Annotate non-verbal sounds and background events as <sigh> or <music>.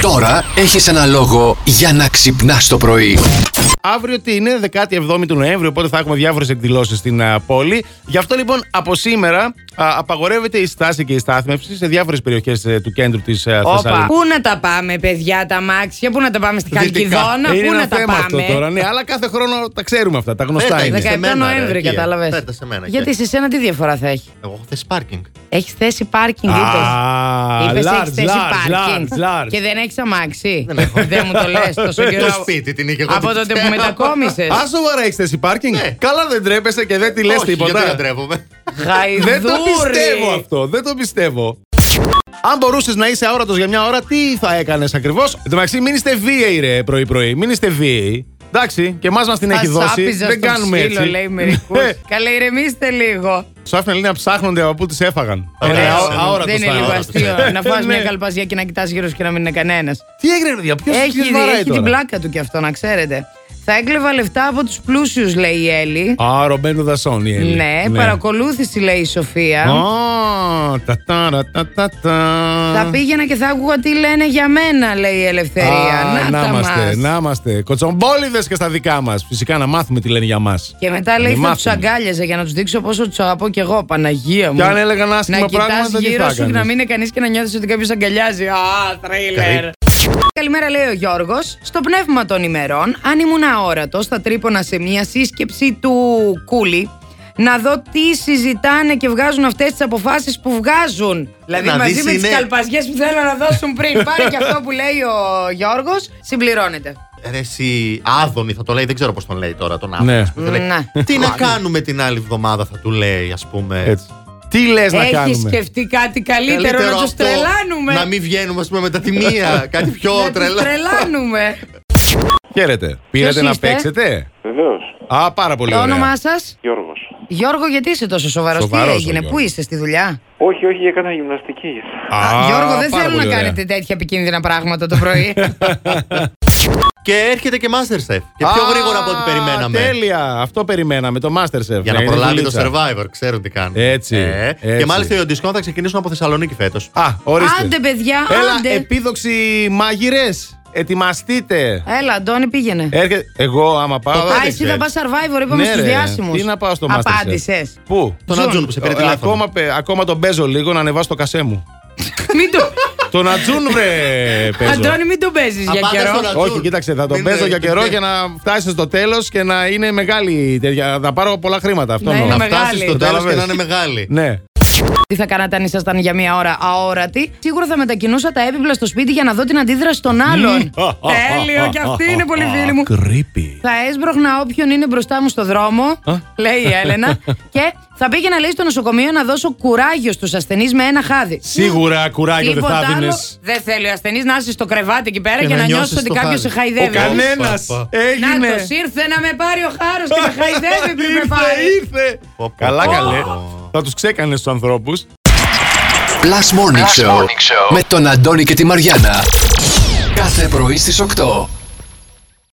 Τώρα έχεις ένα λόγο για να ξυπνάς το πρωί. Αύριο τι είναι, 17η του Νοέμβρη, οπότε θα έχουμε διάφορες εκδηλώσεις στην α, πόλη. Γι' αυτό λοιπόν από σήμερα α, απαγορεύεται η στάση και η στάθμευση σε διάφορες περιοχές του κέντρου ε, τη Όπα. Θεσσαλονίκη. Πού να τα πάμε, παιδιά, τα μάξια, πού να τα πάμε στη Χαλκιδόνα, Είναι πού ένα να τα θέμα πάμε. αυτό τώρα, ναι, αλλά κάθε χρόνο τα ξέρουμε αυτά, τα γνωστά Πέτα, είναι. 17 δεκαεπτά. Σε μένα, ρε, Νοέμβρη, κύριε. κατάλαβες. Πέτα σε μένα, Γιατί σε σένα τι διαφορά θα έχει. Εγώ έχω θέσει πάρκινγκ. Έχεις θέση πάρκινγκ, Α, είπες. Είπες έχεις large, θέση large, πάρκινγκ. large, large. Και δεν έχεις αμάξι. Δεν έχω. Δεν μου το λες <laughs> τόσο καιρό. Το σπίτι την είχε εγώ Από την τότε που <laughs> ξέρω. μετακόμισε. Α, σοβαρά έχεις θέση πάρκινγκ. Ναι. Καλά δεν τρέπεσαι και δεν τη λες Όχι, τίποτα. Γιατί δεν τρέπομαι. Δεν Γαϊδούρι. το πιστεύω αυτό. Δεν το πιστεύω. Αν μπορούσες να είσαι αόρατος για μια ώρα, τι θα έκανες ακριβώς. Εν τω μεταξύ, μην είστε βίαιοι, ρε, πρωί-πρωί. Μην είστε βίαιοι. Εντάξει, και εμάς μας την Θα έχει δώσει. σάπιζα Δεν στον κάνουμε ξύλο, έτσι. λέει <laughs> μερικούς. Ναι. Καλέ, ηρεμήστε λίγο. Σου άφηνα λέει να ψάχνονται από πού τις έφαγαν. Ωραία, Ε, α- ωραία. αόρατος ναι. Δεν είναι θα λίγο αόρατος. αστείο να φας <laughs> Ναι. μια καλπαζιά και να κοιτάς γύρω σου και να μην είναι κανένας. Τι έγινε, παιδιά, ποιος Έχει, βαράει έχει την τώρα. πλάκα του κι αυτό, να ξέρετε. Θα έκλεβα λεφτά από τους πλούσιους, λέει η Έλλη. Α, Ρομπένου Δασόν η Έλλη. Ναι. Ναι, παρακολούθηση, λέει η Σοφία. Α, τα τάρα, τα τα τα. Θα πήγαινα και θα άκουγα τι λένε για μένα, λέει η Ελευθερία. Α, να, να τα είμαστε, μας. να είμαστε. Κοτσομπόλιδες και στα δικά μας. Φυσικά να μάθουμε τι λένε για μας. Και μετά λέει θα τους αγκάλιαζα για να τους δείξω πόσο του αγαπώ κι εγώ, Παναγία μου. Και αν έλεγαν άσχημα να κοιτάς πράγματα, τι γύρω θα σου και να έκανες? μην είναι κανείς και να νιώθεις ότι κάποιος αγκαλιάζει. Α, θρίλερ. Καλημέρα, λέει ο Γιώργος. Στο πνεύμα των ημερών, αν ήμουν αόρατος, θα τρύπονα σε μια σύσκεψη του Κούλι να δω τι συζητάνε και βγάζουν αυτές τις αποφάσεις που βγάζουν. Δηλαδή Ε, Να μαζί δεις με τις είναι- καλπαζιές που θέλουν να δώσουν πριν. Πάρε και αυτό που λέει ο Γιώργος, συμπληρώνεται. Ρε εσύ, Άδωνη θα το λέει, δεν ξέρω πώς τον λέει τώρα τον Ναι. Άδωνη. ας πούμε, θα λέει, Ναι. Τι να κάνουμε την άλλη εβδομάδα θα του λέει, ας πούμε. Έτσι. Τι λες να Έχεις κάνουμε. σκεφτεί κάτι καλύτερο, Καλύτερο να τους αυτό, τρελάνουμε. Να μην βγαίνουμε, ας πούμε, μετά τη <laughs> μία. Κάτι Να πιο τους τρελά. τρελάνουμε. Χαίρετε. Πήρατε να είστε? παίξετε. Βεβαίως, Α, πάρα πολύ Το ωραία. όνομά σας. Γιώργος. Γιώργο, γιατί είσαι τόσο σοβαρός, τι Σοβαρός ο έγινε, Γιώργος. πού είσαι στη δουλειά. Όχι, όχι, έκανα γυμναστική. Α, Γιώργο, δεν πάρα θέλω να πολύ ωραία. κάνετε τέτοια επικίνδυνα πράγματα το πρωί. Και έρχεται και Masterchef. Και πιο Α, γρήγορα από ό,τι περιμέναμε. Τέλεια. Αυτό περιμέναμε, το Masterchef. Ναι, Για να είναι προλάβει το δουλίτσα. Survivor, ξέρουν τι κάνουν. Έτσι, Ε, έτσι. Και μάλιστα οι Οντισχόν θα ξεκινήσουν από Θεσσαλονίκη φέτος. Α, <laughs> ορίστε. άντε, παιδιά, άντε. Έλα, επίδοξη μάγειρε. Ετοιμαστείτε. Έλα, Αντώνη, πήγαινε. Έρχεται. Εγώ, άμα Ε, πάω. δεν Α, εσύ ξέρεις. θα πας survivor, είπαμε Ναι, στους ρε. διάσημους. Τι να πάω στο Masterchef. Απάντησες. Πού? Τον Ζουν. Ατζούν που σε πήρε Ε, τηλέφωνο. ακόμα, πε- ακόμα τον παίζω λίγο να ανεβάσω το κασέ μου. Μην το. τον Ατζούν, βρε, παίζω. Αντώνη, μην το παίζει για Απάντα καιρό. στον Ατζούν. Όχι, κοίταξε, θα τον Είναι- παίζω για καιρό για να φτάσει στο τέλος και να είναι μεγάλη. η τέτοια. Θα πάρω πολλά χρήματα. Αυτό Να εννοώ. είναι Να μεγάλη. φτάσεις στο τέλος και Κατάλαβες. να είναι μεγάλη. Ναι. Τι θα κάνατε αν ήσασταν για μία ώρα αόρατοι. Σίγουρα θα μετακινούσα τα έπιπλα στο σπίτι για να δω την αντίδραση των <laughs> άλλων. Τέλειο, και αυτή είναι πολύ φίλη μου. Creepy. Θα έσπρωχνα όποιον είναι μπροστά μου στο δρόμο, λέει η Έλενα. και θα πήγαινα, λέει, στο νοσοκομείο να δώσω κουράγιο στους ασθενείς με ένα χάδι. Σίγουρα κουράγιο δεν Τίποτα θα άλλο δίνει. δεν θέλει ο ασθενής να είσαι στο κρεβάτι εκεί πέρα και, να νιώσει νιώσεις ότι το κάποιο χάδι. σε χαϊδεύει. Ο κανένα Κανένα Όπα. Να έγινε. το ήρθε να με πάρει ο χάρος <laughs> και με χαϊδεύει πριν με Ήρθε, πάρει. ήρθε. Πω, πω, Καλά, πω, καλέ. πω. Θα τους ξέκανε τους ανθρώπους. Plus Morning, Show, με τον Αντώνη και τη Μαριάνα. Κάθε πρωί στις 8.